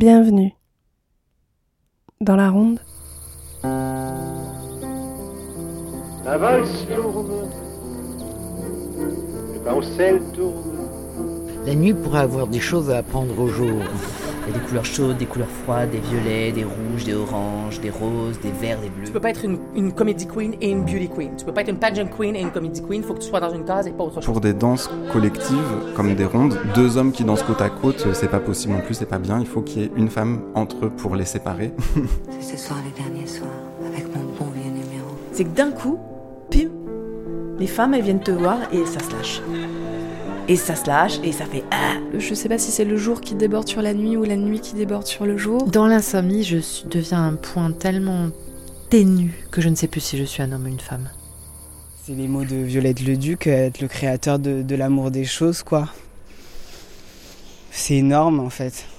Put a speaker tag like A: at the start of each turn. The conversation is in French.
A: Bienvenue dans la ronde.
B: La valse tourne, le carrousel tourne,
C: La nuit pourrait avoir des choses à apprendre au jour.
D: Il y a des couleurs chaudes, des couleurs froides, des violets, des rouges, des oranges, des roses, des verts, des bleus.
E: Tu peux pas être une, une comedy queen et une beauty queen. Tu peux pas être une pageant queen et une comedy queen. Faut que tu sois dans une case et pas autre chose.
F: pour des danses collectives, comme des rondes, deux hommes qui dansent côte à côte, euh, c'est pas possible non plus, c'est pas bien. Il faut qu'il y ait une femme entre eux pour les séparer.
G: C'est ce soir les derniers soirs, avec mon bon vieux numéro.
H: c'est que d'un coup, pim, les femmes elles viennent te voir et ça se lâche. Et ça se lâche et ça fait ah.
I: Je sais pas si c'est le jour qui déborde sur la nuit ou la nuit qui déborde sur le jour.
J: Dans l'insomnie, je suis- deviens un point tellement ténu que je ne sais plus si je suis un homme ou une femme.
K: C'est les mots de Violette Leduc, être le créateur de, de l'amour des choses, quoi. C'est énorme en fait.